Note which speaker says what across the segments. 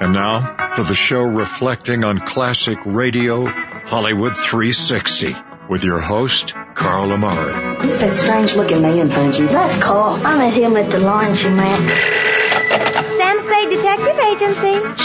Speaker 1: And now for the show reflecting on classic radio, Hollywood 360, with your host, Carl Amari.
Speaker 2: Who's that strange looking man, Bungie?
Speaker 3: That's Carl. I met him at the laundry, man.
Speaker 4: Sam Clay Detective Agency.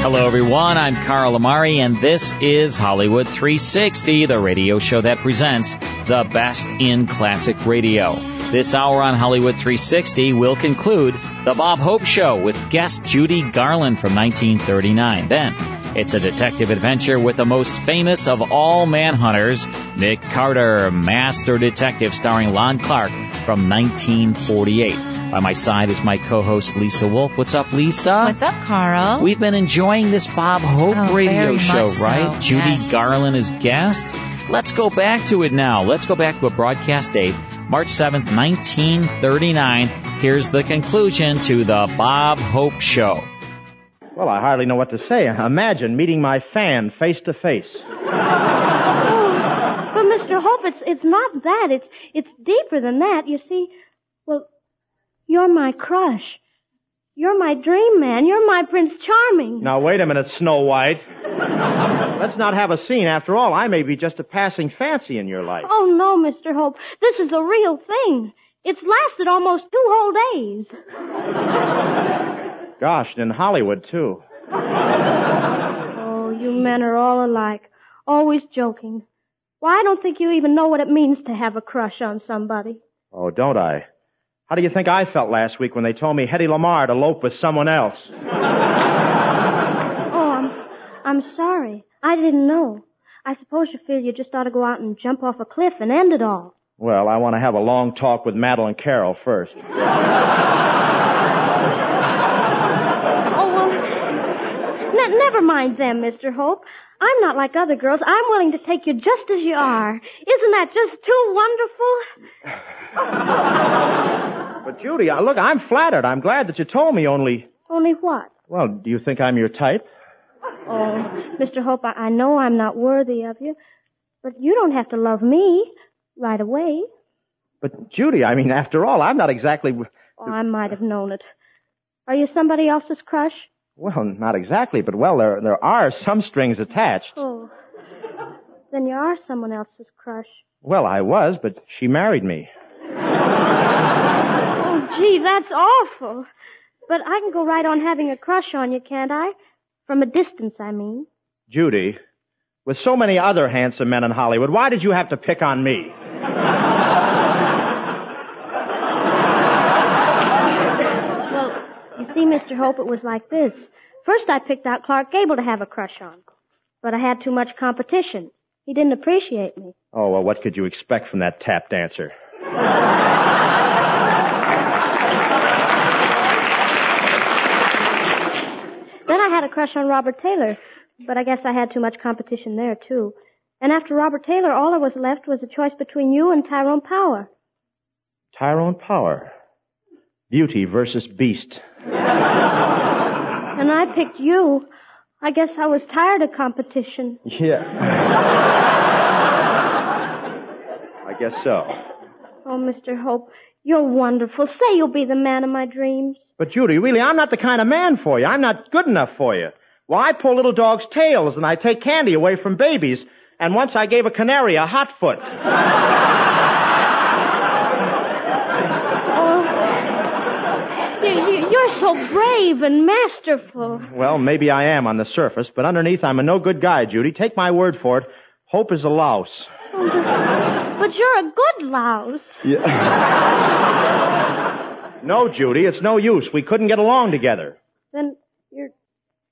Speaker 5: Hello, everyone. I'm Carl Amari, and this is Hollywood 360, the radio show that presents the best in classic radio. This hour on Hollywood 360 will conclude The Bob Hope Show with guest Judy Garland from 1939. Then, it's a detective adventure with the most famous of all manhunters, Nick Carter, Master Detective, starring Lon Clark from 1948. By my side is my co-host Lisa Wolf. What's up, Lisa?
Speaker 6: What's up, Carl?
Speaker 5: We've been enjoying this Bob Hope
Speaker 6: Oh, very
Speaker 5: radio
Speaker 6: much
Speaker 5: show,
Speaker 6: so,
Speaker 5: right? Judy
Speaker 6: yes.
Speaker 5: Garland is guest. Let's go back to it now. Let's go back to a broadcast date, March 7th, 1939. Here's the conclusion to the Bob Hope Show.
Speaker 7: Well, I hardly know what to say. Imagine meeting my fan face to face.
Speaker 4: But Mr. Hope, it's it's not that. It's it's deeper than that. You see, well, you're my crush. You're my dream man. You're my Prince Charming.
Speaker 7: Now, wait a minute, Snow White. Let's not have a scene. After all, I may be just a passing fancy in your life.
Speaker 4: Oh no, Mr. Hope, this is the real thing. It's lasted almost two whole days.
Speaker 7: Gosh, and in Hollywood, too.
Speaker 4: Oh, you men are all alike, always joking. Why, I don't think you even know what it means to have a crush on somebody.
Speaker 7: Oh, don't I? How do you think I felt last week when they told me Hetty Lamar had eloped with someone else?
Speaker 4: Oh, I'm, I'm sorry. I didn't know. I suppose you feel you just ought to go out and jump off a cliff and end it all.
Speaker 7: Well, I want to have a long talk with Madeline Carroll first.
Speaker 4: Oh, well, ne- never mind them, Mr. Hope. I'm not like other girls. I'm willing to take you just as you are. Isn't that just too wonderful?
Speaker 7: But Judy, uh, look, I'm flattered. I'm glad that you told me only.
Speaker 4: Only what?
Speaker 7: Well, do you think I'm your type?
Speaker 4: Oh, Mr. Hope, I, I know I'm not worthy of you, but you don't have to love me right away.
Speaker 7: But Judy, I mean, after all, I'm not exactly.
Speaker 4: Oh, I might have known it. Are you somebody else's crush?
Speaker 7: Well, not exactly, but well, there there are some strings attached.
Speaker 4: Oh. Then you are someone else's crush.
Speaker 7: Well, I was, but she married me.
Speaker 4: Oh, gee, that's awful. But I can go right on having a crush on you, can't I? From a distance, I mean.
Speaker 7: Judy, with so many other handsome men in Hollywood, why did you have to pick on me?
Speaker 4: Well, you see, Mr. Hope, it was like this. First, I picked out Clark Gable to have a crush on, but I had too much competition. He didn't appreciate me.
Speaker 7: Oh, well, what could you expect from that tap dancer?
Speaker 4: Then I had a crush on Robert Taylor, but I guess I had too much competition there, too. And after Robert Taylor, all I was left was a choice between you and Tyrone Power.
Speaker 7: Tyrone Power. Beauty versus beast.
Speaker 4: And I picked you. I guess I was tired of competition.
Speaker 7: Yeah.
Speaker 8: Oh.
Speaker 7: I guess so.
Speaker 4: Oh, Mr. Hope, you're wonderful. Say you'll be the man of my dreams.
Speaker 7: But Judy, really, I'm not the kind of man for you. I'm not good enough for you. Well, I pull little dogs' tails and I take candy away from babies. And once I gave a canary a hot foot.
Speaker 4: You, you, you're so brave and masterful.
Speaker 7: Well, maybe I am on the surface, but underneath I'm a no good guy, Judy. Take my word for it. Hope is a louse.
Speaker 4: But you're a good louse.
Speaker 7: No, Judy, it's no use. We couldn't get along together.
Speaker 4: Then you're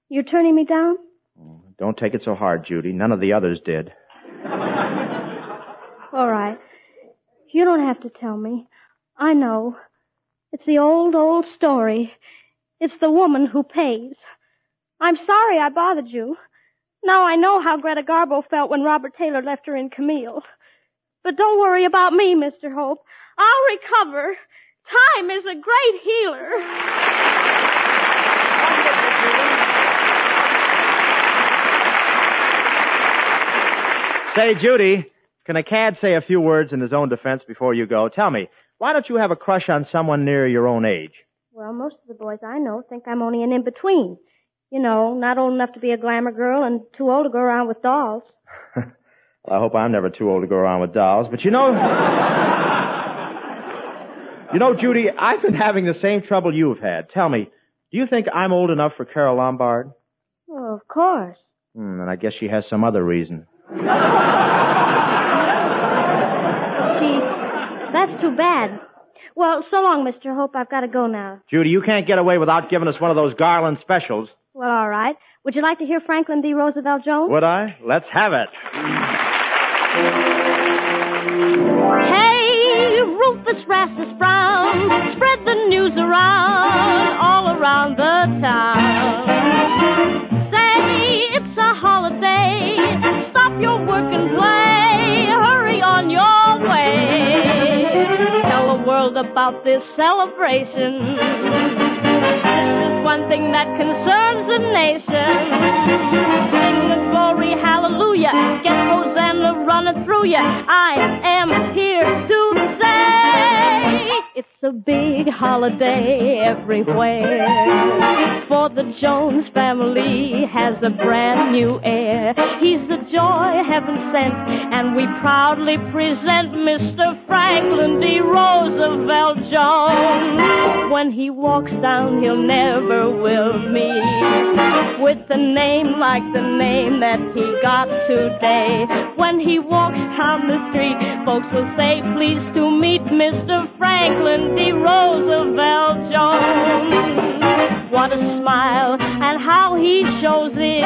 Speaker 4: you're turning me down?
Speaker 7: Don't take it so hard, Judy. None of the others did.
Speaker 4: All right. You don't have to tell me. I know. It's the old, old story. It's the woman who pays. I'm sorry I bothered you. Now I know how Greta Garbo felt when Robert Taylor left her in Camille.
Speaker 8: But don't worry about me, Mr. Hope. I'll recover. Time is a great healer.
Speaker 7: Say, Judy, can a cad say a few words in his own defense before you go? Tell me, why don't you have a crush on someone near your own age?
Speaker 8: Well, most of the boys I know think I'm only an in-between. You know, not old enough to be a glamour girl and too old to go around with dolls.
Speaker 7: Well, I hope I'm never too old to go around with dolls, but you know. you know, Judy, I've been having the same trouble you've had. Tell me, do you think I'm old enough for Carol Lombard?
Speaker 8: Oh, of course.
Speaker 7: Hmm, and I guess she has some other reason.
Speaker 8: Gee, that's too bad. Well, so long, Mr. Hope. I've got to go now.
Speaker 7: Judy, you can't get away without giving us one of those Garland specials.
Speaker 8: Well, all right. Would you like to hear Franklin D. Roosevelt Jones?
Speaker 7: Would I? Let's have it.
Speaker 8: Hey, Rufus Rastus Brown, spread the news around, all around the town. Say it's a holiday, stop your work and play, hurry on your way. Tell the world about this celebration. This is one thing that concerns the nation. Sing the glory, hallelujah. Get Rosanna running through ya. I am here to say it's a big holiday everywhere. For the Jones family has a brand new heir. He's the joy heaven sent, and we proudly present Mr. Franklin D. Roosevelt Jones. When he walks down, he'll never will me with a name like the name that he got today. When he walks down the street, folks will say, pleased to meet Mr. Franklin D. Roosevelt Jones. What a smile and how he shows it.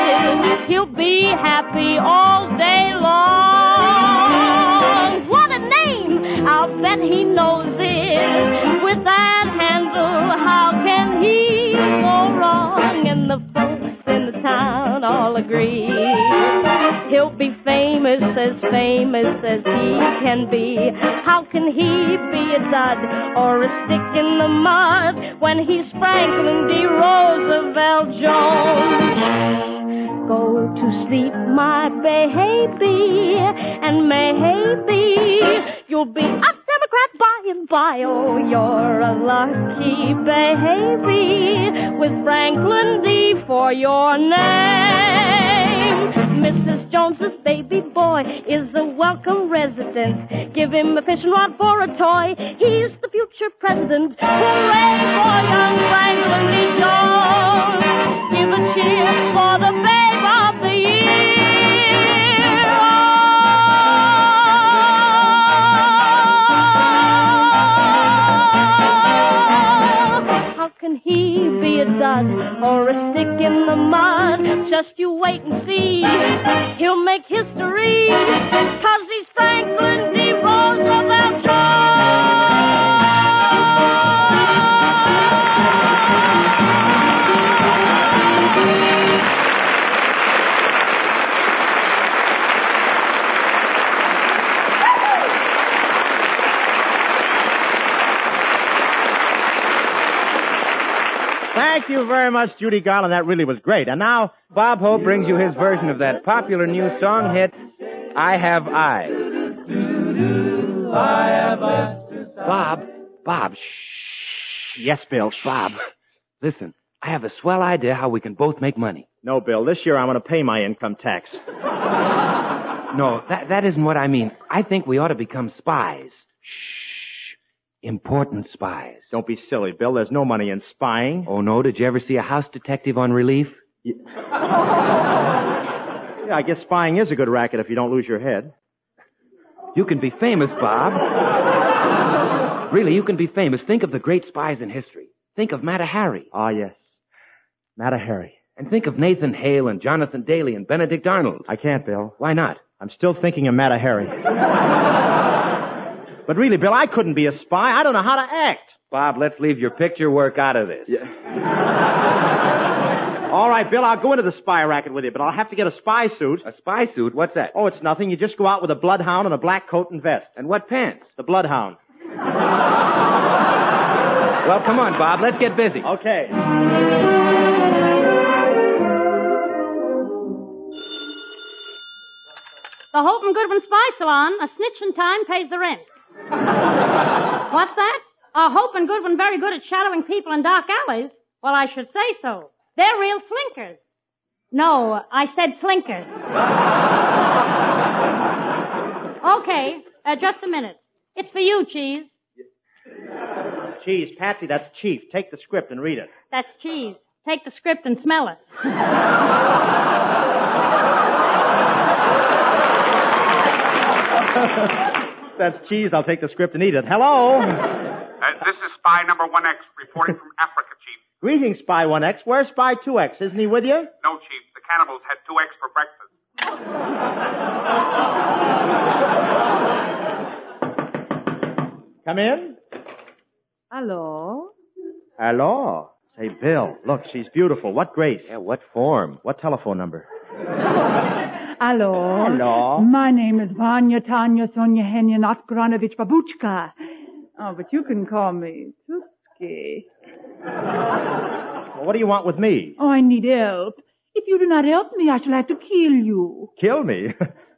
Speaker 8: He'll be happy all day long. What a name! I'll bet he knows it. With that handle, how can he go wrong? And the folks in the town all agree. He'll be famous, as famous as he can be. How can he be a dud or a stick in the mud when he's Franklin D. Roosevelt Jones? Go to sleep, my baby, and maybe you'll be a Democrat by and by. Oh, you're a lucky baby with Franklin D for your name. Mrs. Jones's baby boy is a welcome resident. Give him a fishing rod for a toy. He's the future president. Hooray for young Franklin D. Jones. Give a cheer for the babe of the year. How can he be a dud or a stick in the mud? Just you wait and see. He'll make history. Cause he's Franklin D. Roosevelt
Speaker 7: Thank you very much, Judy Garland. That really was great. And now, Bob Hope brings you his version of that popular new song hit, I Have Eyes. Bob, Bob, shh. Yes, Bill, Bob. Listen, I have a swell idea how we can both make money. No, Bill, this year I want to pay my income tax.
Speaker 9: No, that, that isn't what I mean. I think we ought to become spies. Shh. Important spies.
Speaker 7: Don't be silly, Bill. There's no money in spying.
Speaker 9: Oh no, did you ever see a house detective on relief?
Speaker 7: Yeah, I guess spying is a good racket if you don't lose your head.
Speaker 9: You can be famous, Bob. really, you can be famous. Think of the great spies in history. Think of Mata Hari.
Speaker 7: Ah, yes. Matter Harry.
Speaker 9: And think of Nathan Hale and Jonathan Daly and Benedict Arnold.
Speaker 7: I can't, Bill.
Speaker 9: Why not?
Speaker 7: I'm still thinking of Matter Harry. but really, Bill, I couldn't be a spy. I don't know how to act.
Speaker 9: Bob, let's leave your picture work out of this.
Speaker 7: All right, Bill, I'll go into the spy racket with you, but I'll have to get a spy suit. A spy suit? What's that? Oh, it's nothing. You just go out with a bloodhound and a black coat and vest. And what pants? The bloodhound. well, come on, Bob. Let's get busy. Okay.
Speaker 10: The Hope and Goodwin Spy Salon, a snitch in time pays the rent. What's that? Are Hope and Goodwin very good at shadowing people in dark alleys? Well, I should say so. They're real slinkers. No, I said slinkers. okay, uh, just a minute. It's for you, Cheese.
Speaker 7: Cheese, Patsy, that's Chief. Take the script and read it.
Speaker 10: That's Cheese. Take the script and smell it.
Speaker 7: That's Cheese. I'll take the script and eat it. Hello.
Speaker 11: Uh, this is spy number 1X reporting from Africa, Chief.
Speaker 7: Greetings, Spy 1X. Where's Spy 2X? Isn't he with you?
Speaker 11: No, Chief, the cannibals had 2X for breakfast.
Speaker 7: Come in.
Speaker 12: Hello?
Speaker 7: Hello. Say, Bill, look, she's beautiful. What grace? Yeah, what form? What telephone number?
Speaker 12: Hello.
Speaker 7: Hello.
Speaker 12: My name is Vanya Tanya Sonia Henya Notgranovich Babuchka. Oh, but you can call me Tutski.
Speaker 7: Well, what do you want with me?
Speaker 12: Oh, I need help. If you do not help me, I shall have to kill you.
Speaker 7: Kill me?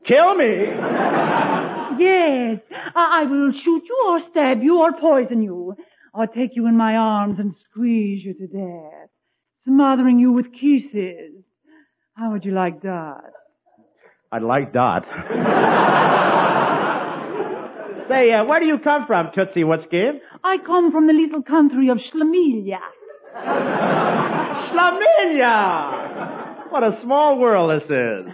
Speaker 7: Kill me?
Speaker 12: Yes, I, I will shoot you or stab you or poison you. Or take you in my arms and squeeze you to death, smothering you with kisses. How would you like that?
Speaker 7: I'd like Dot. Say, uh, where do you come from, Tootsie Wutski?
Speaker 12: I come from the little country of Schlemilia.
Speaker 7: Schlemilia! What a small world this is.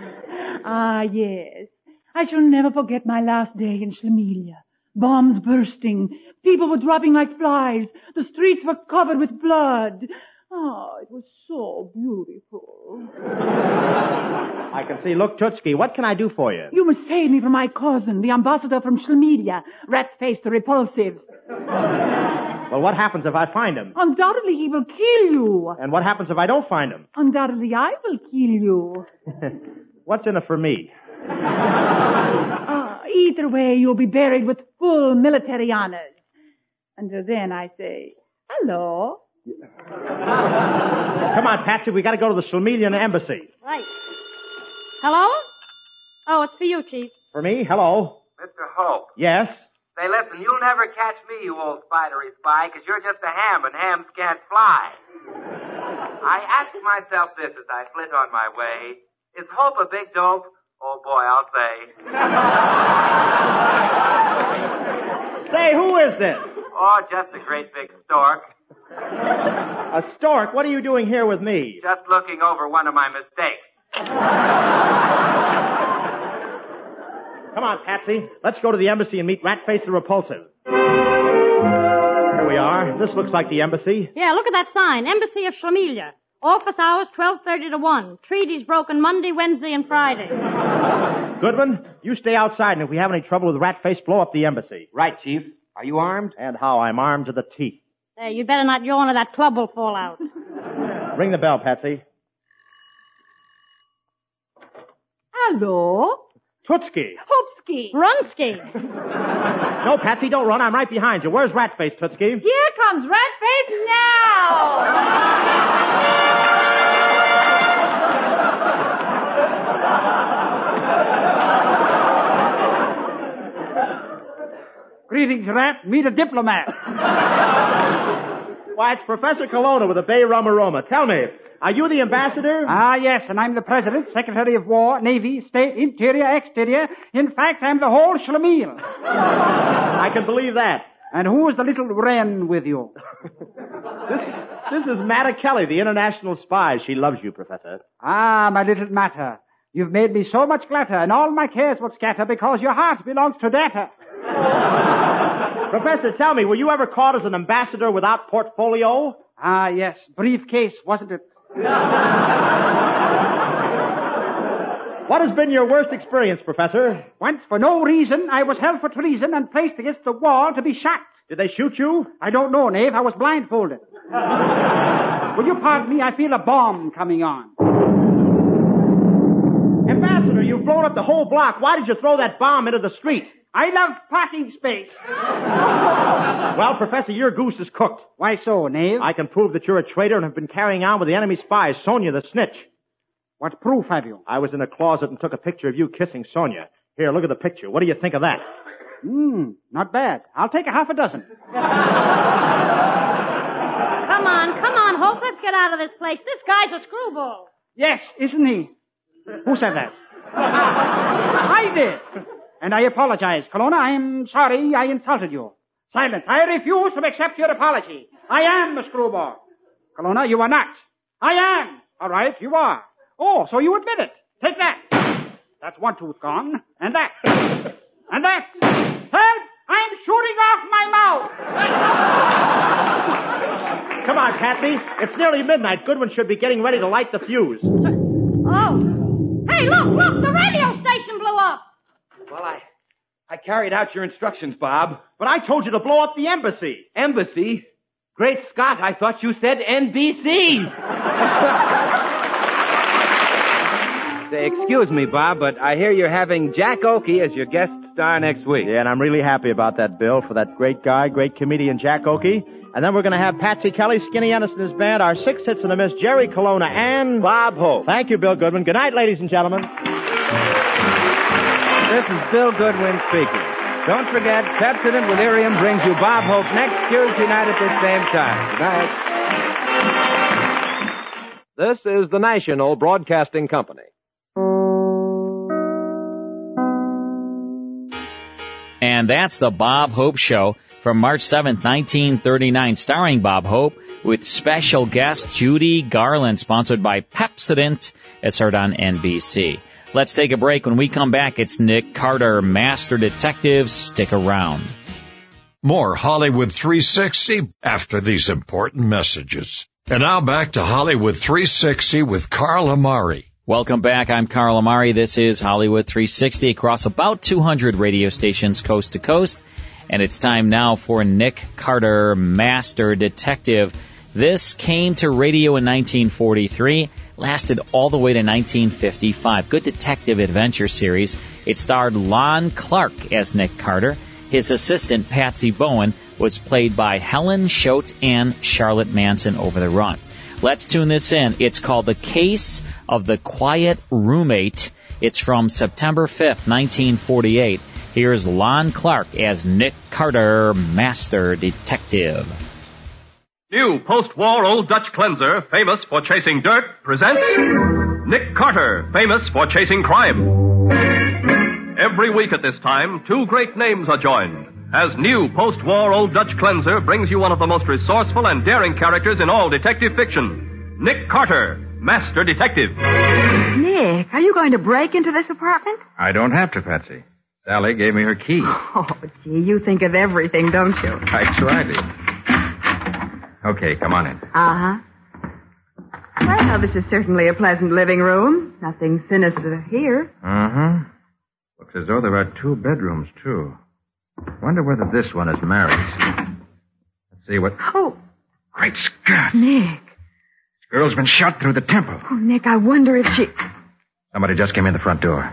Speaker 12: Ah, yes. I shall never forget my last day in Schlemilia. Bombs bursting, people were dropping like flies, the streets were covered with blood. Ah, it was so beautiful.
Speaker 7: I can see. Look, Tootski, what can I do for you?
Speaker 12: You must save me from my cousin, the ambassador from Schlemilia, rat-faced the repulsive.
Speaker 7: Well, what happens if I find him?
Speaker 12: Undoubtedly he will kill you.
Speaker 7: And what happens if I don't find him?
Speaker 12: Undoubtedly I will kill you.
Speaker 7: What's in it for me?
Speaker 12: Ah, either way, you'll be buried with full military honors. Until then, I say, hello.
Speaker 7: Come on, Patsy, we gotta go to the Schlemilian embassy.
Speaker 10: Right. Hello? Oh, it's for you, Chief.
Speaker 7: For me? Hello?
Speaker 9: Mr. Hope.
Speaker 7: Yes?
Speaker 9: Say, listen, you'll never catch me, you old spidery spy, because you're just a ham and hams can't fly. I asked myself this as I flit on my way. Is hope a big dope? Oh boy, I'll say.
Speaker 7: Say, who is this?
Speaker 9: Oh, just a great big stork.
Speaker 7: A stork? What are you doing here with me?
Speaker 9: Just looking over one of my mistakes.
Speaker 7: Come on, Patsy. Let's go to the embassy and meet Ratface the Repulsive. Here we are. This looks like the embassy.
Speaker 10: Yeah, look at that sign. Embassy of Schlemilia. Office hours 12.30 to 1. Treaties broken Monday, Wednesday, and Friday.
Speaker 7: Goodman, you stay outside, and if we have any trouble with Ratface, blow up the embassy.
Speaker 13: Right, Chief. Are you armed?
Speaker 7: And how? I'm armed to the teeth.
Speaker 10: There, you'd better not yawn or that club will fall out.
Speaker 7: Ring the bell, Patsy.
Speaker 12: Hello?
Speaker 7: Tootski.
Speaker 12: Hopsky.
Speaker 10: Runsky.
Speaker 7: No, Patsy, don't run. I'm right behind you. Where's Ratface, Tootski?
Speaker 12: Here comes Redface now!
Speaker 14: Greetings, rat. Meet a diplomat.
Speaker 7: Why, it's Professor Colonna with a Bay Rum Aroma. Tell me, are you the ambassador?
Speaker 14: Ah, yes, and I'm the President, Secretary of War, Navy, State, Interior, Exterior. In fact, I'm the whole schlemiel.
Speaker 7: I can believe that.
Speaker 14: And who is the little wren with you?
Speaker 7: This is Matta Kelly, the international spy. She loves you, Professor.
Speaker 14: Ah, my little matter. You've made me so much clatter, and all my cares will scatter because your heart belongs to data.
Speaker 7: Professor, tell me, were you ever caught as an ambassador without portfolio?
Speaker 14: Ah, yes, briefcase, wasn't it?
Speaker 7: What has been your worst experience, Professor?
Speaker 14: Once, for no reason, I was held for treason and placed against the wall to be shot.
Speaker 7: Did they shoot you?
Speaker 14: I don't know, Knave. I was blindfolded. Will you pardon me? I feel a bomb coming on.
Speaker 7: Ambassador, you've blown up the whole block. Why did you throw that bomb into the street?
Speaker 14: I love parking space.
Speaker 7: Well, Professor, your goose is cooked.
Speaker 14: Why so, Knave?
Speaker 7: I can prove that you're a traitor and have been carrying on with the enemy spies, Sonia the snitch.
Speaker 14: What proof have you?
Speaker 7: I was in a closet and took a picture of you kissing Sonia. Here, look at the picture. What do you think of that?
Speaker 14: Hmm, not bad. I'll take a half a dozen.
Speaker 8: Come on, come on, Hope. Let's get out of this place. This guy's a screwball.
Speaker 14: Yes, isn't he? Who said that? I did. And I apologize, Colonna. I am sorry I insulted you. Silence. I refuse to accept your apology. I am a screwball. Colonna, you are not. I am. All right, you are. Oh, so you admit it. Take that. That's one tooth gone. And that. And that. Help! I'm shooting off my mouth!
Speaker 7: Come on, Patsy. It's nearly midnight. Goodwin should be getting ready to light the fuse.
Speaker 8: Oh. Hey, look, look, the radio station blew up.
Speaker 9: Well, I, I carried out your instructions, Bob.
Speaker 7: But I told you to blow up the embassy.
Speaker 9: Embassy? Great Scott, I thought you said NBC. Say, excuse me, Bob, but I hear you're having Jack Oakey as your guest star next week.
Speaker 7: Yeah, and I'm really happy about that, Bill, for that great guy, great comedian Jack Oakey. And then we're going to have Patsy Kelly, Skinny Anderson's band, our six hits and a miss, Jerry Colonna, and
Speaker 9: Bob Hope.
Speaker 7: Thank you, Bill Goodman. Good night, ladies and gentlemen.
Speaker 9: This is Bill Goodwin speaking. Don't forget, Pepsodent with Irium brings you Bob Hope next Tuesday night at this same time. Good night.
Speaker 15: This is the National Broadcasting Company.
Speaker 5: And that's the Bob Hope Show from March 7, 1939, starring Bob Hope with special guest Judy Garland, sponsored by Pepsodent, as heard on NBC. Let's take a break. When we come back, it's Nick Carter, Master Detective. Stick around.
Speaker 1: More Hollywood 360 after these important messages. And now back to Hollywood 360 with Carl Amari.
Speaker 5: Welcome back. I'm Carl Amari. This is Hollywood 360 across about 200 radio stations coast to coast. And it's time now for Nick Carter, Master Detective. This came to radio in 1943, lasted all the way to 1955. Good Detective Adventure series. It starred Lon Clark as Nick Carter. His assistant, Patsy Bowen, was played by Helen Choate and Charlotte Manson over the run. Let's tune this in. It's called The Case of the Quiet Roommate. It's from September 5th, 1948. Here's Lon Clark as Nick Carter, Master Detective.
Speaker 16: New post-war Old Dutch cleanser, famous for chasing dirt, presents Nick Carter, famous for chasing crime. Every week at this time, two great names are joined as new post-war Old Dutch cleanser brings you one of the most resourceful and daring characters in all detective fiction, Nick Carter, Master Detective.
Speaker 17: Nick, are you going to break into this apartment?
Speaker 18: I don't have to, Patsy. Sally gave me her key.
Speaker 17: Oh, gee, you think of everything, don't you?
Speaker 18: I try to. Okay, come on in.
Speaker 17: Uh huh. Well, this is certainly a pleasant living room. Nothing sinister here.
Speaker 18: Uh huh. Looks as though there are two bedrooms, too. Wonder whether this one is Mary's. Let's see what.
Speaker 17: Oh!
Speaker 18: Great Scott!
Speaker 17: Nick!
Speaker 18: This girl's been shot through the temple.
Speaker 17: Oh, Nick, I wonder if she.
Speaker 18: Somebody just came in the front door.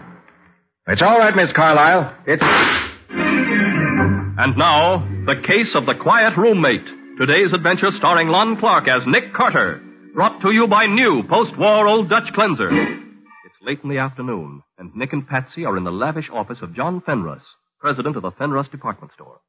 Speaker 18: It's all right, Miss Carlyle. It's.
Speaker 16: And now, the case of the quiet roommate. Today's adventure starring Lon Clark as Nick Carter. Brought to you by new post war Old Dutch Cleanser. It's late in the afternoon, and Nick and Patsy are in the lavish office of John Fenrus, president of the Fenrus department store.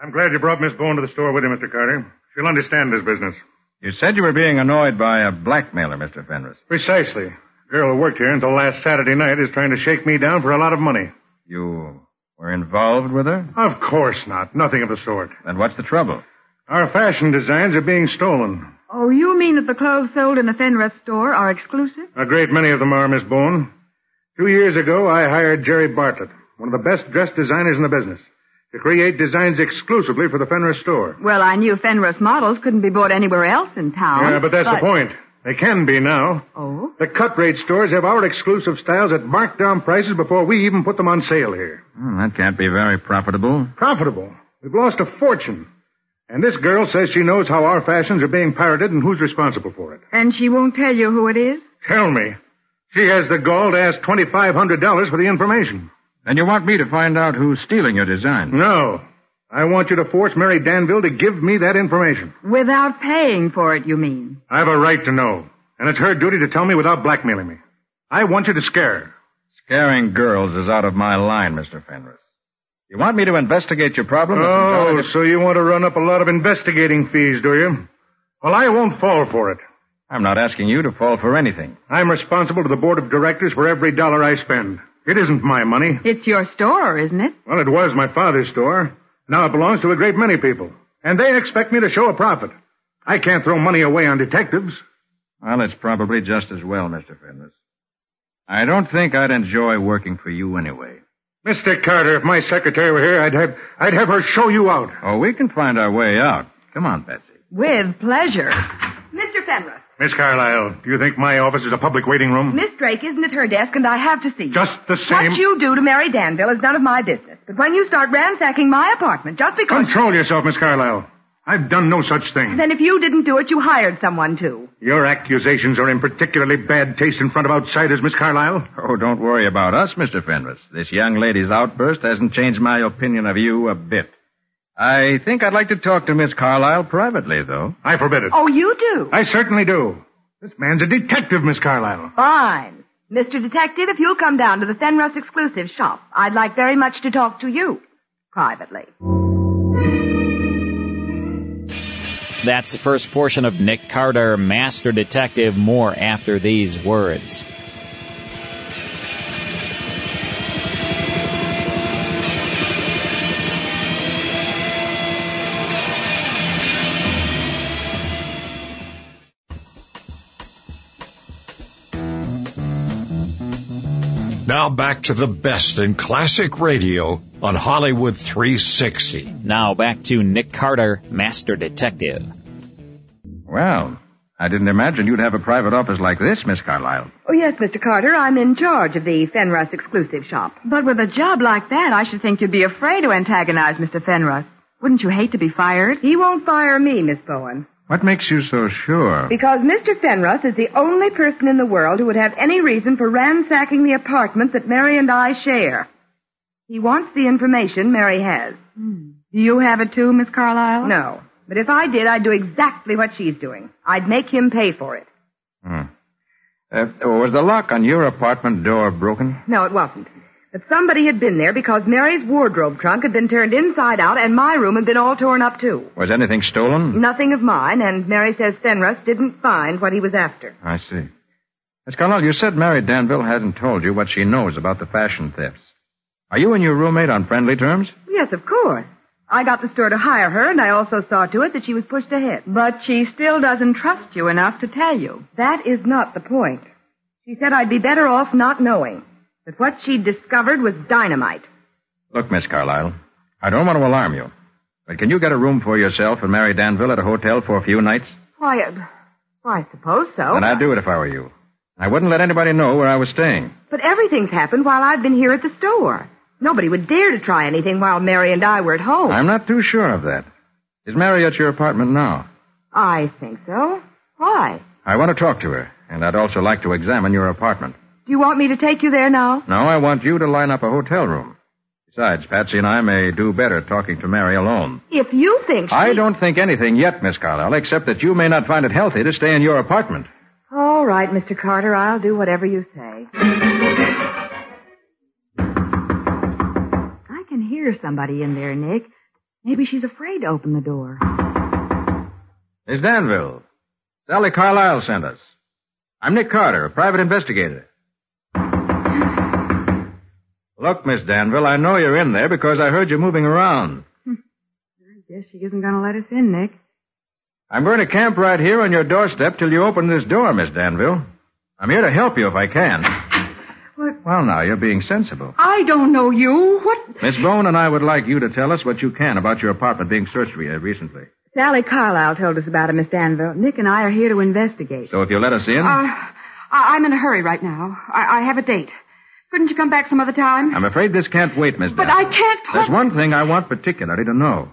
Speaker 19: I'm glad you brought Miss Bowen to the store with you, Mr. Carter. She'll understand this business.
Speaker 18: You said you were being annoyed by a blackmailer, Mr. Fenrus.
Speaker 19: Precisely girl who worked here until last Saturday night is trying to shake me down for a lot of money.
Speaker 18: You were involved with her?
Speaker 19: Of course not. Nothing of the sort.
Speaker 18: Then what's the trouble?
Speaker 19: Our fashion designs are being stolen.
Speaker 17: Oh, you mean that the clothes sold in the Fenrith store are exclusive?
Speaker 19: A great many of them are, Miss Boone. Two years ago, I hired Jerry Bartlett, one of the best dressed designers in the business, to create designs exclusively for the Fenrith store.
Speaker 17: Well, I knew Fenrith models couldn't be bought anywhere else in town.
Speaker 19: Yeah, but that's but... the point. They can be now.
Speaker 17: Oh?
Speaker 19: The cut rate stores have our exclusive styles at marked down prices before we even put them on sale here.
Speaker 18: Hmm, Well, that can't be very profitable.
Speaker 19: Profitable? We've lost a fortune. And this girl says she knows how our fashions are being pirated and who's responsible for it.
Speaker 17: And she won't tell you who it is?
Speaker 19: Tell me. She has the gall to ask $2,500 for the information.
Speaker 18: And you want me to find out who's stealing your design?
Speaker 19: No. I want you to force Mary Danville to give me that information.
Speaker 17: Without paying for it, you mean?
Speaker 19: I have a right to know. And it's her duty to tell me without blackmailing me. I want you to scare her.
Speaker 18: Scaring girls is out of my line, Mr. Fenris. You want me to investigate your problem? Mr.
Speaker 19: Oh,
Speaker 18: Jolly?
Speaker 19: so you want to run up a lot of investigating fees, do you? Well, I won't fall for it.
Speaker 18: I'm not asking you to fall for anything.
Speaker 19: I'm responsible to the board of directors for every dollar I spend. It isn't my money.
Speaker 17: It's your store, isn't it?
Speaker 19: Well, it was my father's store. Now it belongs to a great many people. And they expect me to show a profit. I can't throw money away on detectives.
Speaker 18: Well, it's probably just as well, Mr. Fenris. I don't think I'd enjoy working for you anyway.
Speaker 19: Mr. Carter, if my secretary were here, I'd have, I'd have her show you out.
Speaker 18: Oh, we can find our way out. Come on, Betsy.
Speaker 17: With pleasure. Mr. Fenris,
Speaker 19: Miss Carlyle, do you think my office is a public waiting room?
Speaker 17: Miss Drake isn't at her desk, and I have to see you.
Speaker 19: Just the same.
Speaker 17: What you do to Mary Danville is none of my business. But when you start ransacking my apartment just because.
Speaker 19: Control yourself, Miss Carlyle. I've done no such thing.
Speaker 17: Then if you didn't do it, you hired someone to.
Speaker 19: Your accusations are in particularly bad taste in front of outsiders, Miss Carlyle.
Speaker 18: Oh, don't worry about us, Mr. Fenris. This young lady's outburst hasn't changed my opinion of you a bit. I think I'd like to talk to Miss Carlyle privately, though.
Speaker 19: I forbid it.
Speaker 17: Oh, you do?
Speaker 19: I certainly do. This man's a detective, Miss Carlyle.
Speaker 17: Fine. Mr. Detective, if you'll come down to the Fenris exclusive shop, I'd like very much to talk to you. Privately.
Speaker 5: That's the first portion of Nick Carter, Master Detective. More after these words.
Speaker 1: Now back to the best in classic radio on Hollywood 360.
Speaker 5: Now back to Nick Carter, Master Detective.
Speaker 18: Well, I didn't imagine you'd have a private office like this, Miss Carlyle.
Speaker 17: Oh, yes, Mr. Carter, I'm in charge of the Fenris exclusive shop. But with a job like that, I should think you'd be afraid to antagonize Mr. Fenris. Wouldn't you hate to be fired? He won't fire me, Miss Bowen.
Speaker 18: What makes you so sure?
Speaker 17: Because Mr. Fenris is the only person in the world who would have any reason for ransacking the apartment that Mary and I share. He wants the information Mary has. Do you have it too, Miss Carlyle? No. But if I did, I'd do exactly what she's doing. I'd make him pay for it.
Speaker 18: Hmm. Uh, was the lock on your apartment door broken?
Speaker 17: No, it wasn't. But somebody had been there because Mary's wardrobe trunk had been turned inside out and my room had been all torn up too.
Speaker 18: Was anything stolen?
Speaker 17: Nothing of mine, and Mary says Fenris didn't find what he was after.
Speaker 18: I see. Miss Carlyle, you said Mary Danville hasn't told you what she knows about the fashion thefts. Are you and your roommate on friendly terms?
Speaker 17: Yes, of course. I got the store to hire her, and I also saw to it that she was pushed ahead. But she still doesn't trust you enough to tell you. That is not the point. She said I'd be better off not knowing. But what she'd discovered was dynamite.
Speaker 18: Look, Miss Carlyle, I don't want to alarm you, but can you get a room for yourself and Mary Danville at a hotel for a few nights?
Speaker 17: Why, uh, why, I suppose so.
Speaker 18: And I'd do it if I were you. I wouldn't let anybody know where I was staying.
Speaker 17: But everything's happened while I've been here at the store. Nobody would dare to try anything while Mary and I were at home.
Speaker 18: I'm not too sure of that. Is Mary at your apartment now?
Speaker 17: I think so. Why?
Speaker 18: I want to talk to her, and I'd also like to examine your apartment.
Speaker 17: Do you want me to take you there now?
Speaker 18: No, I want you to line up a hotel room. Besides, Patsy and I may do better talking to Mary alone.
Speaker 17: If you think she...
Speaker 18: I don't think anything yet, Miss Carlyle, except that you may not find it healthy to stay in your apartment.
Speaker 17: All right, Mr. Carter, I'll do whatever you say. I can hear somebody in there, Nick. Maybe she's afraid to open the door.
Speaker 18: Miss Danville, Sally Carlyle sent us. I'm Nick Carter, a private investigator. Look, Miss Danville, I know you're in there because I heard you moving around.
Speaker 17: I guess she isn't going to let us in, Nick.
Speaker 18: I'm going to camp right here on your doorstep till you open this door, Miss Danville. I'm here to help you if I can.
Speaker 17: What?
Speaker 18: Well, now, you're being sensible.
Speaker 17: I don't know you. What?
Speaker 18: Miss Bone and I would like you to tell us what you can about your apartment being searched re- recently.
Speaker 17: Sally Carlisle told us about it, Miss Danville. Nick and I are here to investigate.
Speaker 18: So if you let us in,
Speaker 17: Uh, I- I'm in a hurry right now. I-, I have a date. Couldn't you come back some other time?
Speaker 18: I'm afraid this can't wait, Miss
Speaker 17: But
Speaker 18: Danville.
Speaker 17: I can't talk-
Speaker 18: There's one thing I want particularly to know.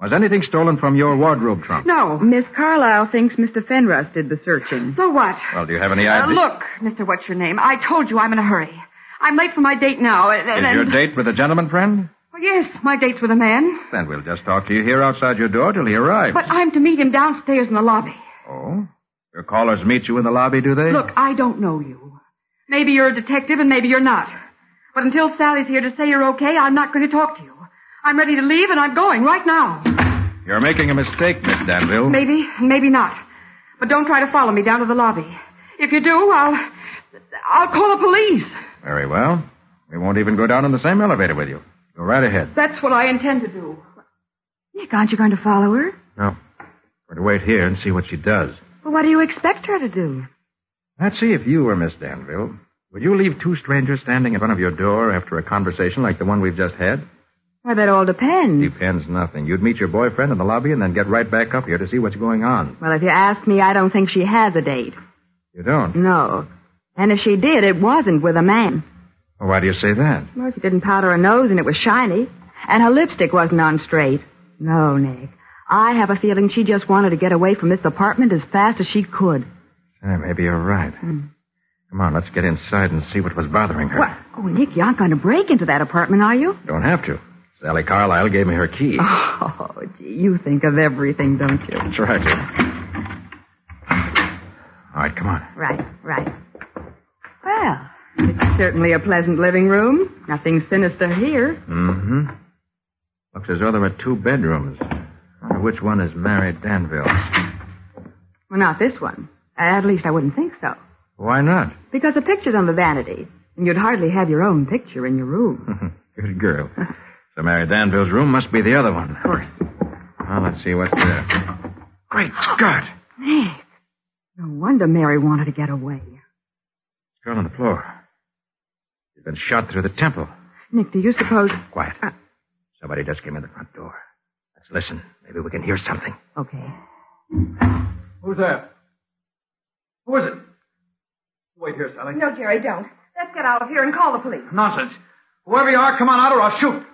Speaker 18: Was anything stolen from your wardrobe trunk?
Speaker 17: No. Miss Carlyle thinks Mr. Fenrus did the searching.
Speaker 20: So what?
Speaker 18: Well, do you have any
Speaker 20: Uh,
Speaker 18: idea?
Speaker 20: look, Mr. What's Your Name, I told you I'm in a hurry. I'm late for my date now. And, and,
Speaker 18: Is your date with a gentleman friend?
Speaker 20: Oh, yes, my date's with a man.
Speaker 18: Then we'll just talk to you here outside your door till he arrives.
Speaker 20: But I'm to meet him downstairs in the lobby.
Speaker 18: Oh? Your callers meet you in the lobby, do they?
Speaker 20: Look, I don't know you. Maybe you're a detective and maybe you're not. But until Sally's here to say you're okay, I'm not going to talk to you. I'm ready to leave and I'm going right now.
Speaker 18: You're making a mistake, Miss Danville.
Speaker 20: Maybe, maybe not. But don't try to follow me down to the lobby. If you do, I'll, I'll call the police.
Speaker 18: Very well. We won't even go down in the same elevator with you. Go right ahead.
Speaker 20: That's what I intend to do.
Speaker 17: Nick, aren't you going to follow her?
Speaker 18: No. We're to wait here and see what she does.
Speaker 17: Well, what do you expect her to do?
Speaker 18: Patsy, if you were Miss Danville, would you leave two strangers standing in front of your door after a conversation like the one we've just had?
Speaker 17: Why, that all depends.
Speaker 18: Depends nothing. You'd meet your boyfriend in the lobby and then get right back up here to see what's going on.
Speaker 17: Well, if you ask me, I don't think she has a date.
Speaker 18: You don't?
Speaker 17: No. And if she did, it wasn't with a man.
Speaker 18: Well, why do you say that?
Speaker 17: Well, she didn't powder her nose and it was shiny. And her lipstick wasn't on straight. No, Nick. I have a feeling she just wanted to get away from this apartment as fast as she could.
Speaker 18: Eh, maybe you're right. Come on, let's get inside and see what was bothering her.
Speaker 17: Hmm. What? Oh, Nick, you aren't going to break into that apartment, are you?
Speaker 18: Don't have to. Sally Carlisle gave me her key.
Speaker 17: Oh, gee, you think of everything, don't you?
Speaker 18: That's right. All right, come on.
Speaker 17: Right, right. Well, it's certainly a pleasant living room. Nothing sinister here.
Speaker 18: Mm-hmm. Looks as though there were two bedrooms. Wonder which one is Mary Danville's?
Speaker 17: Well, not this one. At least I wouldn't think so.
Speaker 18: Why not?
Speaker 17: Because the picture's on the vanity, and you'd hardly have your own picture in your room.
Speaker 18: Good girl. So Mary Danville's room must be the other one. Of
Speaker 17: course.
Speaker 18: Well, let's see what's there. Great Scott!
Speaker 17: Nick. No wonder Mary wanted to get away.
Speaker 18: Girl on the floor. She's been shot through the temple.
Speaker 17: Nick, do you suppose. Uh,
Speaker 18: Quiet. Somebody just came in the front door. Let's listen. Maybe we can hear something.
Speaker 17: Okay.
Speaker 21: Who's there? Who is it? Wait here, Sally.
Speaker 20: No, Jerry, don't. Let's get out of here and call the police.
Speaker 21: Nonsense. Whoever you are, come on out or I'll shoot.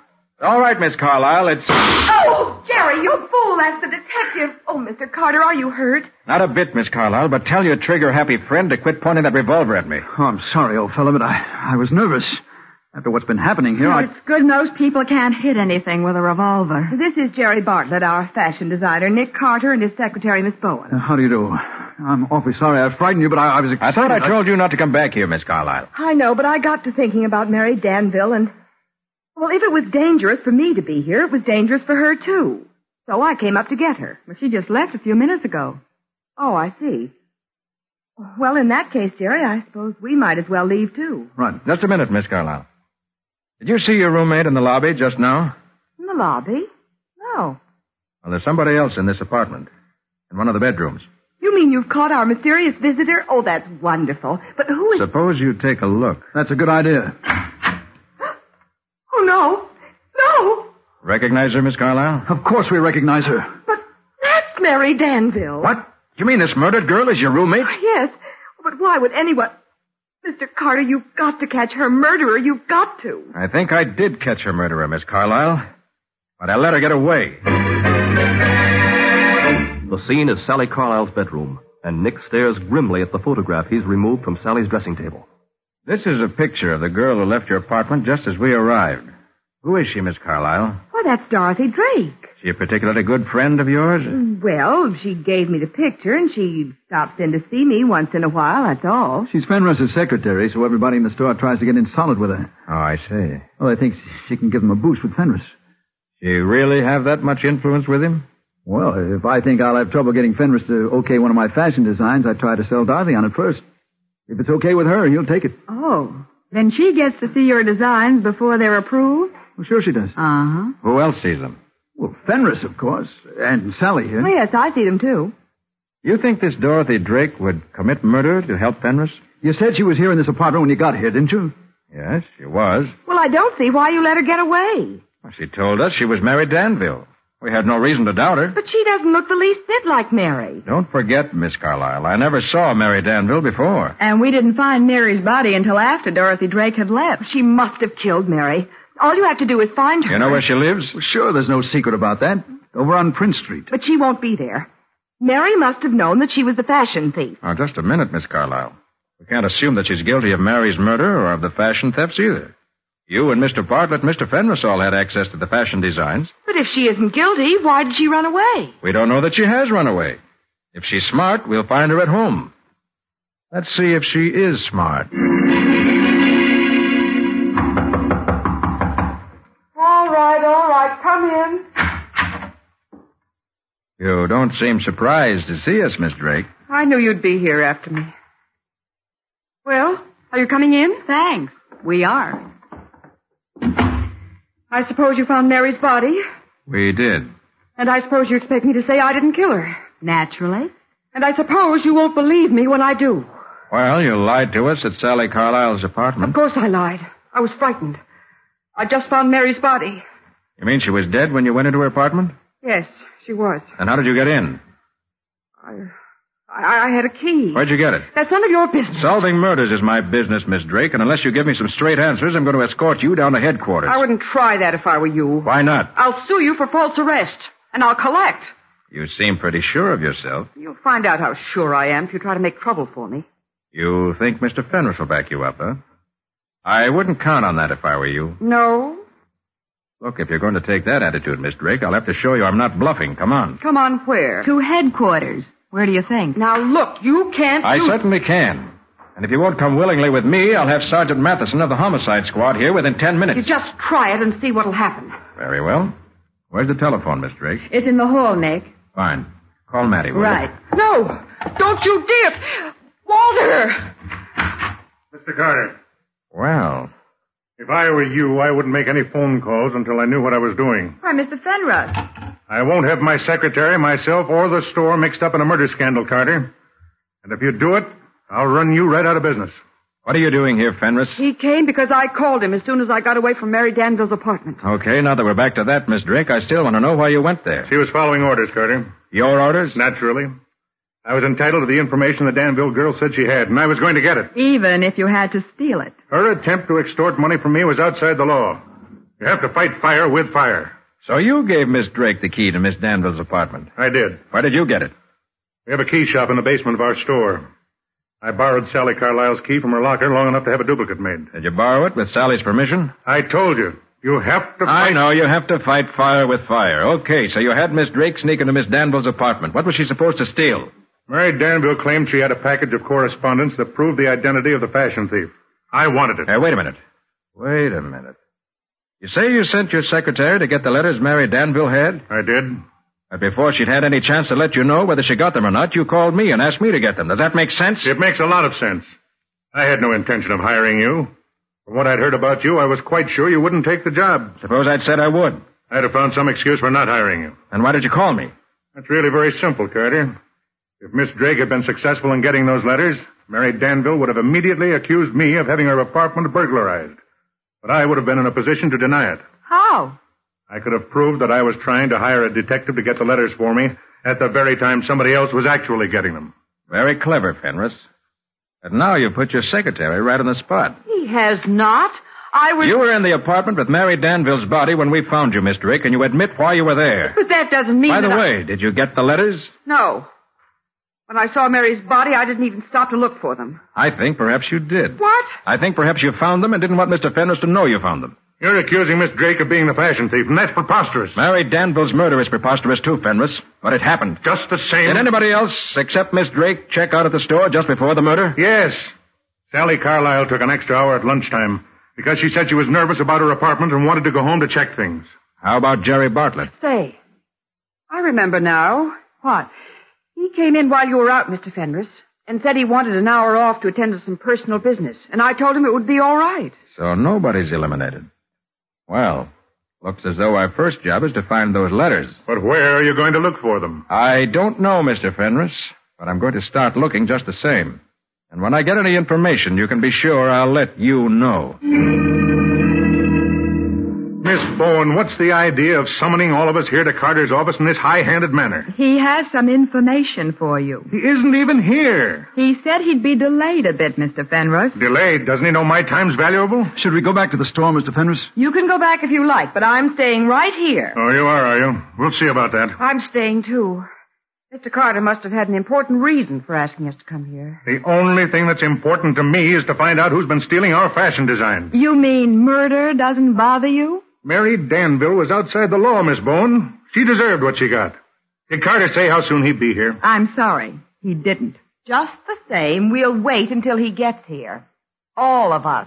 Speaker 18: All right, Miss Carlyle, it's
Speaker 20: Oh, Jerry, you fool. That's the detective. Oh, Mr. Carter, are you hurt?
Speaker 18: not a bit, Miss Carlyle, but tell your trigger happy friend to quit pointing that revolver at me.
Speaker 21: Oh, I'm sorry, old fellow, but I, I was nervous. After what's been happening here, I...
Speaker 17: It's good most people can't hit anything with a revolver.
Speaker 20: This is Jerry Bartlett, our fashion designer, Nick Carter, and his secretary, Miss Bowen.
Speaker 21: Uh, How do you do? I'm awfully sorry I frightened you, but I, I was
Speaker 18: I
Speaker 21: excited.
Speaker 18: thought I told you not to come back here, Miss Carlyle.
Speaker 17: I know, but I got to thinking about Mary Danville and. Well, if it was dangerous for me to be here, it was dangerous for her, too. So I came up to get her. Well, she just left a few minutes ago. Oh, I see. Well, in that case, Jerry, I suppose we might as well leave, too.
Speaker 18: Right. Just a minute, Miss Carlyle. Did you see your roommate in the lobby just now?
Speaker 17: In the lobby? No.
Speaker 18: Well, there's somebody else in this apartment, in one of the bedrooms.
Speaker 17: You mean you've caught our mysterious visitor? Oh, that's wonderful. But who is.
Speaker 18: Suppose you take a look.
Speaker 21: That's a good idea.
Speaker 17: Oh, no. No!
Speaker 18: Recognize her, Miss Carlyle?
Speaker 21: Of course we recognize her.
Speaker 17: That's Mary Danville. Ah,
Speaker 18: What? You mean this murdered girl is your roommate?
Speaker 17: Yes. But why would anyone. Mr. Carter, you've got to catch her murderer. You've got to.
Speaker 18: I think I did catch her murderer, Miss Carlyle. But I let her get away.
Speaker 16: The scene is Sally Carlisle's bedroom, and Nick stares grimly at the photograph he's removed from Sally's dressing table.
Speaker 18: This is a picture of the girl who left your apartment just as we arrived. Who is she, Miss Carlyle?
Speaker 17: Why, Oh, that's Dorothy Drake.
Speaker 18: She a particularly good friend of yours?
Speaker 17: Well, she gave me the picture and she stops in to see me once in a while, that's all.
Speaker 21: She's Fenris's secretary, so everybody in the store tries to get in solid with her.
Speaker 18: Oh, I see.
Speaker 21: Well, I think she can give them a boost with Fenris.
Speaker 18: She really have that much influence with him?
Speaker 21: Well, if I think I'll have trouble getting Fenris to okay one of my fashion designs, I try to sell Dorothy on it first. If it's okay with her, he'll take it.
Speaker 17: Oh. Then she gets to see your designs before they're approved?
Speaker 21: Well, sure she does.
Speaker 17: Uh-huh.
Speaker 18: Who else sees them?
Speaker 21: Well, Fenris, of course, and Sally here.
Speaker 17: Well, Oh, yes, I see them too.
Speaker 18: You think this Dorothy Drake would commit murder to help Fenris?
Speaker 21: You said she was here in this apartment when you got here, didn't you?
Speaker 18: Yes, she was.
Speaker 17: Well, I don't see why you let her get away.
Speaker 18: Well, She told us she was Mary Danville. We had no reason to doubt her.
Speaker 17: But she doesn't look the least bit like Mary.
Speaker 18: Don't forget, Miss Carlyle, I never saw Mary Danville before.
Speaker 17: And we didn't find Mary's body until after Dorothy Drake had left. She must have killed Mary. All you have to do is find her.
Speaker 18: You know where she lives?
Speaker 21: Well, sure, there's no secret about that. Over on Prince Street.
Speaker 22: But she won't be there. Mary must have known that she was the fashion thief.
Speaker 18: Now, just a minute, Miss Carlyle. We can't assume that she's guilty of Mary's murder or of the fashion thefts either. You and Mr. Bartlett, Mr. Fenris all had access to the fashion designs.
Speaker 22: But if she isn't guilty, why did she run away?
Speaker 18: We don't know that she has run away. If she's smart, we'll find her at home. Let's see if she is smart.
Speaker 17: All right, all right, come in.
Speaker 18: You don't seem surprised to see us, Miss Drake.
Speaker 17: I knew you'd be here after me. Well, are you coming in? Thanks. We are. I suppose you found Mary's body,
Speaker 18: We did.
Speaker 17: and I suppose you expect me to say I didn't kill her.
Speaker 22: Naturally.
Speaker 17: And I suppose you won't believe me when I do.
Speaker 18: Well, you lied to us at Sally Carlisle's
Speaker 17: Of
Speaker 18: apartment.
Speaker 17: course I lied. I was frightened. I just found Mary's body.
Speaker 18: You mean she was dead when you went into her apartment?
Speaker 17: Yes, she was.
Speaker 18: And how did you get in?
Speaker 17: I, I had a key.
Speaker 18: Where'd you get it?
Speaker 17: That's none of your business.
Speaker 18: Solving murders is my business, Miss Drake, and unless you give me some straight answers, I'm going to escort you down to headquarters.
Speaker 17: I wouldn't try that if I were you.
Speaker 18: Why not?
Speaker 17: I'll sue you for false arrest, and I'll collect.
Speaker 18: You seem pretty sure of yourself.
Speaker 17: You'll find out how sure I am if you try to make trouble for me.
Speaker 18: You think Mr. Fenris will back you up, huh? I wouldn't count on that if I were you.
Speaker 17: No.
Speaker 18: Look, if you're going to take that attitude, Miss Drake, I'll have to show you I'm not bluffing. Come on.
Speaker 17: Come on, where?
Speaker 22: To headquarters. Where do you think?
Speaker 17: Now look, you can't.
Speaker 18: I
Speaker 17: do-
Speaker 18: certainly can. And if you won't come willingly with me, I'll have Sergeant Matheson of the Homicide Squad here within ten minutes.
Speaker 17: You just try it and see what'll happen.
Speaker 18: Very well. Where's the telephone, Miss Drake?
Speaker 17: It's in the hall, Nick.
Speaker 18: Fine. Call Matty, will you?
Speaker 17: No, don't you dare, Walter.
Speaker 19: Mr. Carter.
Speaker 18: Well.
Speaker 19: If I were you, I wouldn't make any phone calls until I knew what I was doing.
Speaker 17: Why, Mr. Fenrod.
Speaker 19: I won't have my secretary, myself, or the store mixed up in a murder scandal, Carter. And if you do it, I'll run you right out of business.
Speaker 18: What are you doing here, Fenris?
Speaker 17: He came because I called him as soon as I got away from Mary Danville's apartment.
Speaker 18: Okay, now that we're back to that, Miss Drake, I still want to know why you went there.
Speaker 19: She was following orders, Carter.
Speaker 18: Your orders?
Speaker 19: Naturally. I was entitled to the information the Danville girl said she had, and I was going to get it.
Speaker 22: Even if you had to steal it.
Speaker 19: Her attempt to extort money from me was outside the law. You have to fight fire with fire.
Speaker 18: So you gave Miss Drake the key to Miss Danville's apartment.
Speaker 19: I did.
Speaker 18: Where did you get it?
Speaker 19: We have a key shop in the basement of our store. I borrowed Sally Carlisle's key from her locker long enough to have a duplicate made.
Speaker 18: Did you borrow it with Sally's permission?
Speaker 19: I told you, you have to
Speaker 18: I
Speaker 19: fight.
Speaker 18: know you have to fight fire with fire. Okay, so you had Miss Drake sneak into Miss Danville's apartment. What was she supposed to steal?
Speaker 19: Mary Danville claimed she had a package of correspondence that proved the identity of the fashion thief. I wanted it.
Speaker 18: Hey, wait a minute. Wait a minute. You say you sent your secretary to get the letters Mary Danville had?
Speaker 19: I did.
Speaker 18: But before she'd had any chance to let you know whether she got them or not, you called me and asked me to get them. Does that make sense?
Speaker 19: It makes a lot of sense. I had no intention of hiring you. From what I'd heard about you, I was quite sure you wouldn't take the job.
Speaker 18: Suppose I'd said I would.
Speaker 19: I'd have found some excuse for not hiring you.
Speaker 18: Then why did you call me?
Speaker 19: That's really very simple, Carter. If Miss Drake had been successful in getting those letters, Mary Danville would have immediately accused me of having her apartment burglarized. But I would have been in a position to deny it.
Speaker 22: How?
Speaker 19: I could have proved that I was trying to hire a detective to get the letters for me at the very time somebody else was actually getting them.
Speaker 18: Very clever, Fenris. But now you put your secretary right on the spot.
Speaker 17: He has not. I was.
Speaker 18: You were in the apartment with Mary Danville's body when we found you, Miss Drake, and you admit why you were there.
Speaker 17: But that doesn't mean.
Speaker 18: By the
Speaker 17: that I-
Speaker 18: way, did you get the letters?
Speaker 17: No. When I saw Mary's body, I didn't even stop to look for them.
Speaker 18: I think perhaps you did.
Speaker 17: What?
Speaker 18: I think perhaps you found them and didn't want Mr. Fenris to know you found them.
Speaker 19: You're accusing Miss Drake of being the fashion thief, and that's preposterous.
Speaker 18: Mary Danville's murder is preposterous too, Fenris, but it happened.
Speaker 19: Just the same.
Speaker 18: Did anybody else except Miss Drake check out at the store just before the murder?
Speaker 19: Yes. Sally Carlisle took an extra hour at lunchtime because she said she was nervous about her apartment and wanted to go home to check things.
Speaker 18: How about Jerry Bartlett?
Speaker 17: Say, I remember now. What? He came in while you were out, Mr. Fenris, and said he wanted an hour off to attend to some personal business, and I told him it would be all right.
Speaker 18: So nobody's eliminated. Well, looks as though our first job is to find those letters.
Speaker 19: But where are you going to look for them?
Speaker 18: I don't know, Mr. Fenris, but I'm going to start looking just the same. And when I get any information, you can be sure I'll let you know.
Speaker 19: Miss Bowen, what's the idea of summoning all of us here to Carter's office in this high-handed manner?
Speaker 17: He has some information for you.
Speaker 19: He isn't even here.
Speaker 17: He said he'd be delayed a bit, Mr. Fenrose.
Speaker 19: Delayed. Doesn't he know my time's valuable?
Speaker 21: Should we go back to the store, Mr. Penrose?
Speaker 17: You can go back if you like, but I'm staying right here.
Speaker 19: Oh, you are, are you? We'll see about that.
Speaker 17: I'm staying too. Mr. Carter must have had an important reason for asking us to come here.
Speaker 19: The only thing that's important to me is to find out who's been stealing our fashion design.
Speaker 17: You mean murder doesn't bother you?
Speaker 19: Mary Danville was outside the law, Miss Bowen. She deserved what she got. Did Carter say how soon he'd be here?
Speaker 17: I'm sorry. He didn't. Just the same, we'll wait until he gets here. All of us.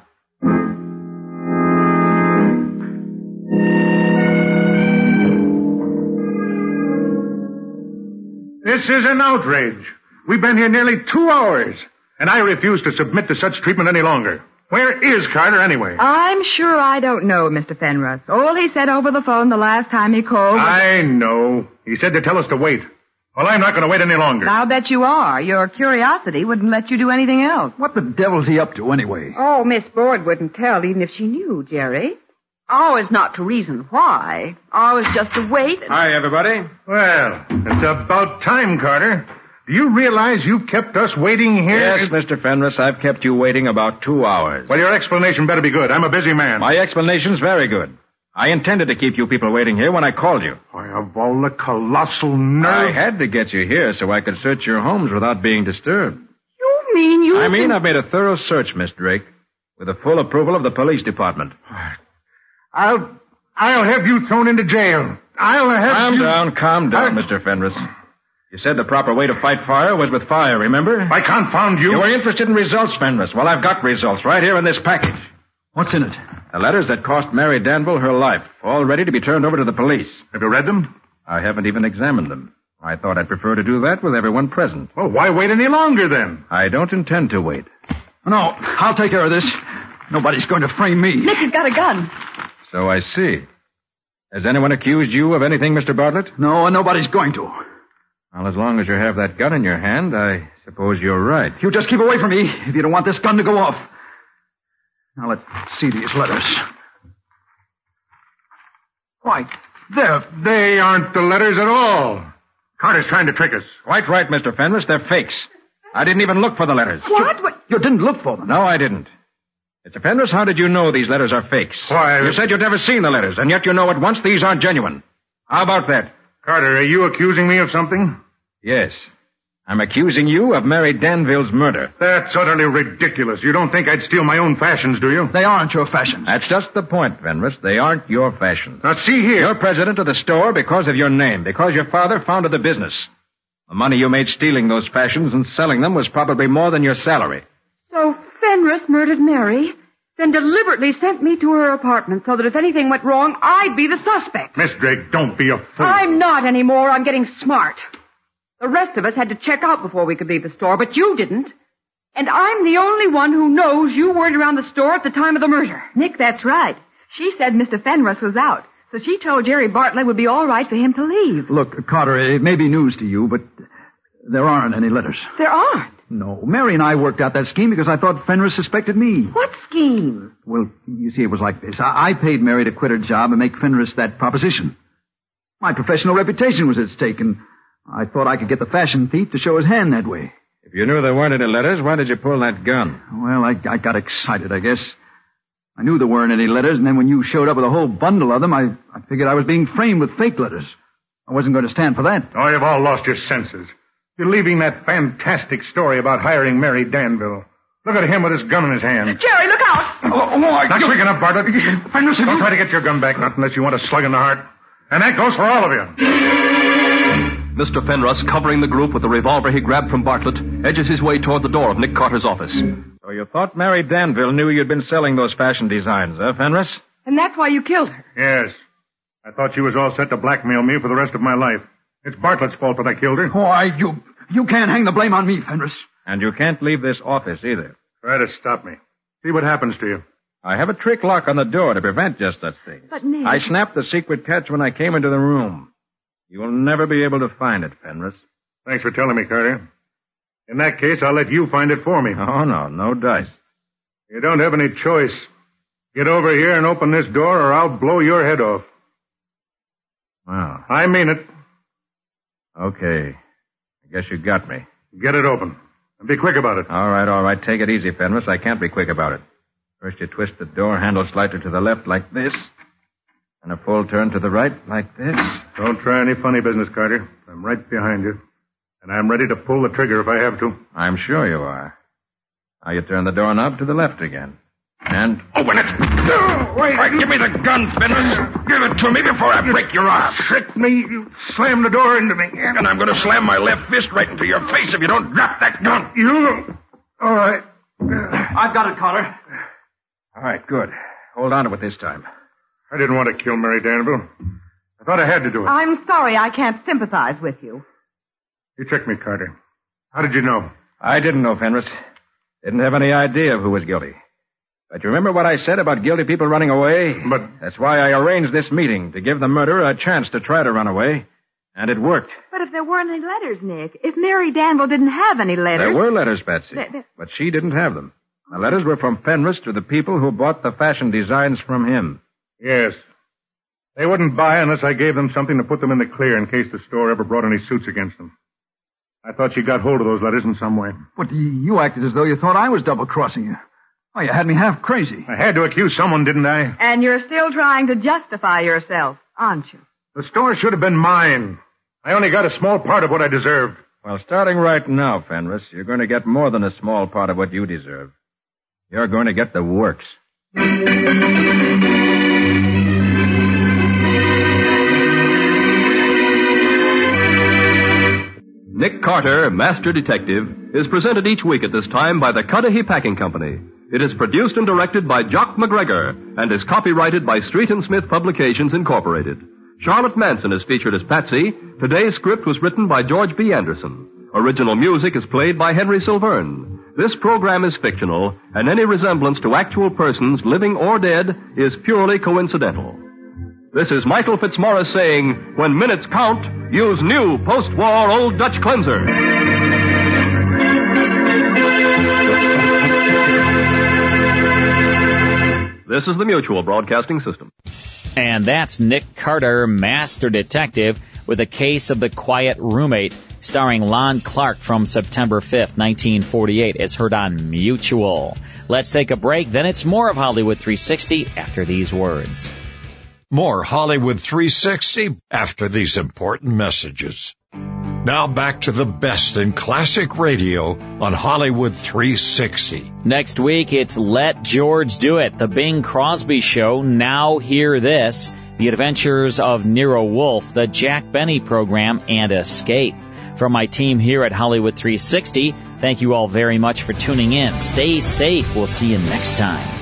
Speaker 19: This is an outrage. We've been here nearly two hours, and I refuse to submit to such treatment any longer. Where is Carter anyway?
Speaker 17: I'm sure I don't know, Mr. Fenrose. All he said over the phone the last time he called was,
Speaker 19: I know. He said to tell us to wait. Well, I'm not going to wait any longer.
Speaker 17: I'll bet you are. Your curiosity wouldn't let you do anything else.
Speaker 21: What the devil's he up to, anyway?
Speaker 17: Oh, Miss Board wouldn't tell, even if she knew, Jerry. Ours not to reason why. Ours just to wait. And...
Speaker 19: Hi, everybody. Well, it's about time, Carter. Do you realize you've kept us waiting here?
Speaker 18: Yes, Mr. Fenris, I've kept you waiting about two hours.
Speaker 19: Well, your explanation better be good. I'm a busy man.
Speaker 18: My explanation's very good. I intended to keep you people waiting here when I called you.
Speaker 19: Why, of all the colossal nerve.
Speaker 18: I had to get you here so I could search your homes without being disturbed.
Speaker 17: You mean you?
Speaker 18: I mean, I've made a thorough search, Miss Drake, with the full approval of the police department.
Speaker 19: I'll, I'll have you thrown into jail. I'll have
Speaker 18: Calm
Speaker 19: you...
Speaker 18: down, calm down, Mr. Fenris. You said the proper way to fight fire was with fire, remember?
Speaker 19: I confound you.
Speaker 18: You were interested in results, Fenris. Well, I've got results right here in this package.
Speaker 21: What's in it?
Speaker 18: The letters that cost Mary Danville her life, all ready to be turned over to the police.
Speaker 19: Have you read them?
Speaker 18: I haven't even examined them. I thought I'd prefer to do that with everyone present.
Speaker 19: Well, why wait any longer then?
Speaker 18: I don't intend to wait.
Speaker 21: No, I'll take care of this. Nobody's going to frame me.
Speaker 17: Nick has got a gun.
Speaker 18: So I see. Has anyone accused you of anything, Mr. Bartlett?
Speaker 21: No, and nobody's going to.
Speaker 18: Well, as long as you have that gun in your hand, I suppose you're right.
Speaker 21: You just keep away from me if you don't want this gun to go off. Now let's see these letters. Why, they're
Speaker 19: They aren't the letters at all. Carter's trying to trick us.
Speaker 18: Quite right, Mr. Fenris. They're fakes. I didn't even look for the letters.
Speaker 17: What? what?
Speaker 21: You didn't look for them.
Speaker 18: No, I didn't. Mr. Fenris, how did you know these letters are fakes?
Speaker 19: Why-
Speaker 18: You said you'd never seen the letters, and yet you know at once these aren't genuine. How about that?
Speaker 19: Carter, are you accusing me of something?
Speaker 18: Yes. I'm accusing you of Mary Danville's murder.
Speaker 19: That's utterly ridiculous. You don't think I'd steal my own fashions, do you?
Speaker 21: They aren't your fashions.
Speaker 18: That's just the point, Fenris. They aren't your fashions.
Speaker 19: Now, see here.
Speaker 18: You're president of the store because of your name, because your father founded the business. The money you made stealing those fashions and selling them was probably more than your salary.
Speaker 17: So Fenris murdered Mary, then deliberately sent me to her apartment so that if anything went wrong, I'd be the suspect.
Speaker 19: Miss Drake, don't be a fool.
Speaker 17: I'm not anymore. I'm getting smart. The rest of us had to check out before we could leave the store, but you didn't. And I'm the only one who knows you weren't around the store at the time of the murder. Nick, that's right. She said Mr. Fenris was out, so she told Jerry Bartlett it would be all right for him to leave.
Speaker 21: Look, Carter, it may be news to you, but there aren't any letters.
Speaker 17: There aren't.
Speaker 21: No, Mary and I worked out that scheme because I thought Fenris suspected me.
Speaker 17: What scheme?
Speaker 21: Well, you see, it was like this. I, I paid Mary to quit her job and make Fenris that proposition. My professional reputation was at stake, and I thought I could get the fashion thief to show his hand that way.
Speaker 18: If you knew there weren't any letters, why did you pull that gun?
Speaker 21: Well, I, I got excited, I guess. I knew there weren't any letters, and then when you showed up with a whole bundle of them, I, I figured I was being framed with fake letters. I wasn't going to stand for that.
Speaker 19: Oh, you've all lost your senses. You're leaving that fantastic story about hiring Mary Danville. Look at him with his gun in his hand.
Speaker 17: Jerry, look out!
Speaker 21: Oh, oh I...
Speaker 19: Not quick enough, Bartlett.
Speaker 21: Fenris, have
Speaker 19: Don't
Speaker 21: you-
Speaker 19: try to get your gun back, not unless you want a slug in the heart. And that goes for all of you.
Speaker 16: Mr. Fenrus, covering the group with the revolver he grabbed from Bartlett, edges his way toward the door of Nick Carter's office.
Speaker 18: So you thought Mary Danville knew you'd been selling those fashion designs, huh, Fenris?
Speaker 17: And that's why you killed her.
Speaker 19: Yes. I thought she was all set to blackmail me for the rest of my life. It's Bartlett's fault that I killed her.
Speaker 21: Why, Oh, you, you can't hang the blame on me, Fenris.
Speaker 18: And you can't leave this office either.
Speaker 19: Try to stop me. See what happens to you.
Speaker 18: I have a trick lock on the door to prevent just such things.
Speaker 17: But
Speaker 19: Hmm.
Speaker 17: Nick.
Speaker 18: I snapped the secret catch when I came into the room. You will never be able to find it, Fenris.
Speaker 19: Thanks for telling me, Carter. In that case, I'll let you find it for me.
Speaker 18: Oh, no, no dice.
Speaker 19: You don't have any choice. Get over here and open this door or I'll blow your head off.
Speaker 18: Well,
Speaker 19: I mean it.
Speaker 18: okay. I guess you got me.
Speaker 19: Get it open. And be quick about it.
Speaker 18: All right, all right. Take it easy, Fenris. I can't be quick about it. First you twist the door handle slightly to the left like this. And a full turn to the right like this.
Speaker 19: Don't try any funny business, Carter. I'm right behind you. And I'm ready to pull the trigger if I have to.
Speaker 18: I'm sure you are. Now you turn the doorknob to the left again. And open it.
Speaker 19: Oh,
Speaker 23: Wait. give me the gun, Fenris. Give it to me before I break your arm.
Speaker 19: Trick me. You slammed the door into me.
Speaker 23: And I'm going to slam my left fist right into your face if you don't drop that gun.
Speaker 19: You. All right.
Speaker 7: I've got it, Carter.
Speaker 18: All right, good. Hold on to it this time.
Speaker 19: I didn't want to kill Mary Danville. I thought I had to do it.
Speaker 17: I'm sorry I can't sympathize with you.
Speaker 19: You tricked me, Carter. How did you know?
Speaker 18: I didn't know, Fenris. Didn't have any idea of who was guilty. But you remember what I said about guilty people running away?
Speaker 19: But
Speaker 18: That's why I arranged this meeting, to give the murderer a chance to try to run away. And it worked.
Speaker 17: But if there weren't any letters, Nick, if Mary Danville didn't have any letters.
Speaker 18: There were letters, Patsy,
Speaker 17: Th- th-
Speaker 18: but she didn't have them. The letters were from Fenris to the people who bought the fashion designs from him.
Speaker 19: Yes. They wouldn't buy unless I gave them something to put them in the clear in case the store ever brought any suits against them. I thought she got hold of those letters in some way.
Speaker 21: But you- you acted as though you thought I was double crossing you. Oh, you had me half crazy.
Speaker 19: I had to accuse someone, didn't I?
Speaker 17: And you're still trying to justify yourself, aren't you?
Speaker 19: The store should have been mine. I only got a small part of what I deserved.
Speaker 18: Well, starting right now, Fenris, you're going to get more than a small part of what you deserve. You're going to get the works.
Speaker 16: Nick Carter, Master Detective, is presented each week at this time by the Cudahy Packing Company. It is produced and directed by Jock McGregor and is copyrighted by Street and Smith Publications Incorporated. Charlotte Manson is featured as Patsy. Today's script was written by George B. Anderson. Original music is played by Henry Silverne. This program is fictional, and any resemblance to actual persons, living or dead, is purely coincidental. This is Michael Fitzmaurice saying, when minutes count, use new post-war Old Dutch cleanser. This is the Mutual Broadcasting System.
Speaker 5: And that's Nick Carter, Master Detective, with a case of the quiet roommate, starring Lon Clark from September 5th, 1948, as heard on Mutual. Let's take a break, then it's more of Hollywood 360 after these words.
Speaker 1: More Hollywood 360 after these important messages. Now back to the best in classic radio on Hollywood 360.
Speaker 5: Next week, it's Let George Do It, the Bing Crosby Show. Now Hear This, The Adventures of Nero Wolf, the Jack Benny Program, and Escape. From my team here at Hollywood 360, thank you all very much for tuning in. Stay safe. We'll see you next time.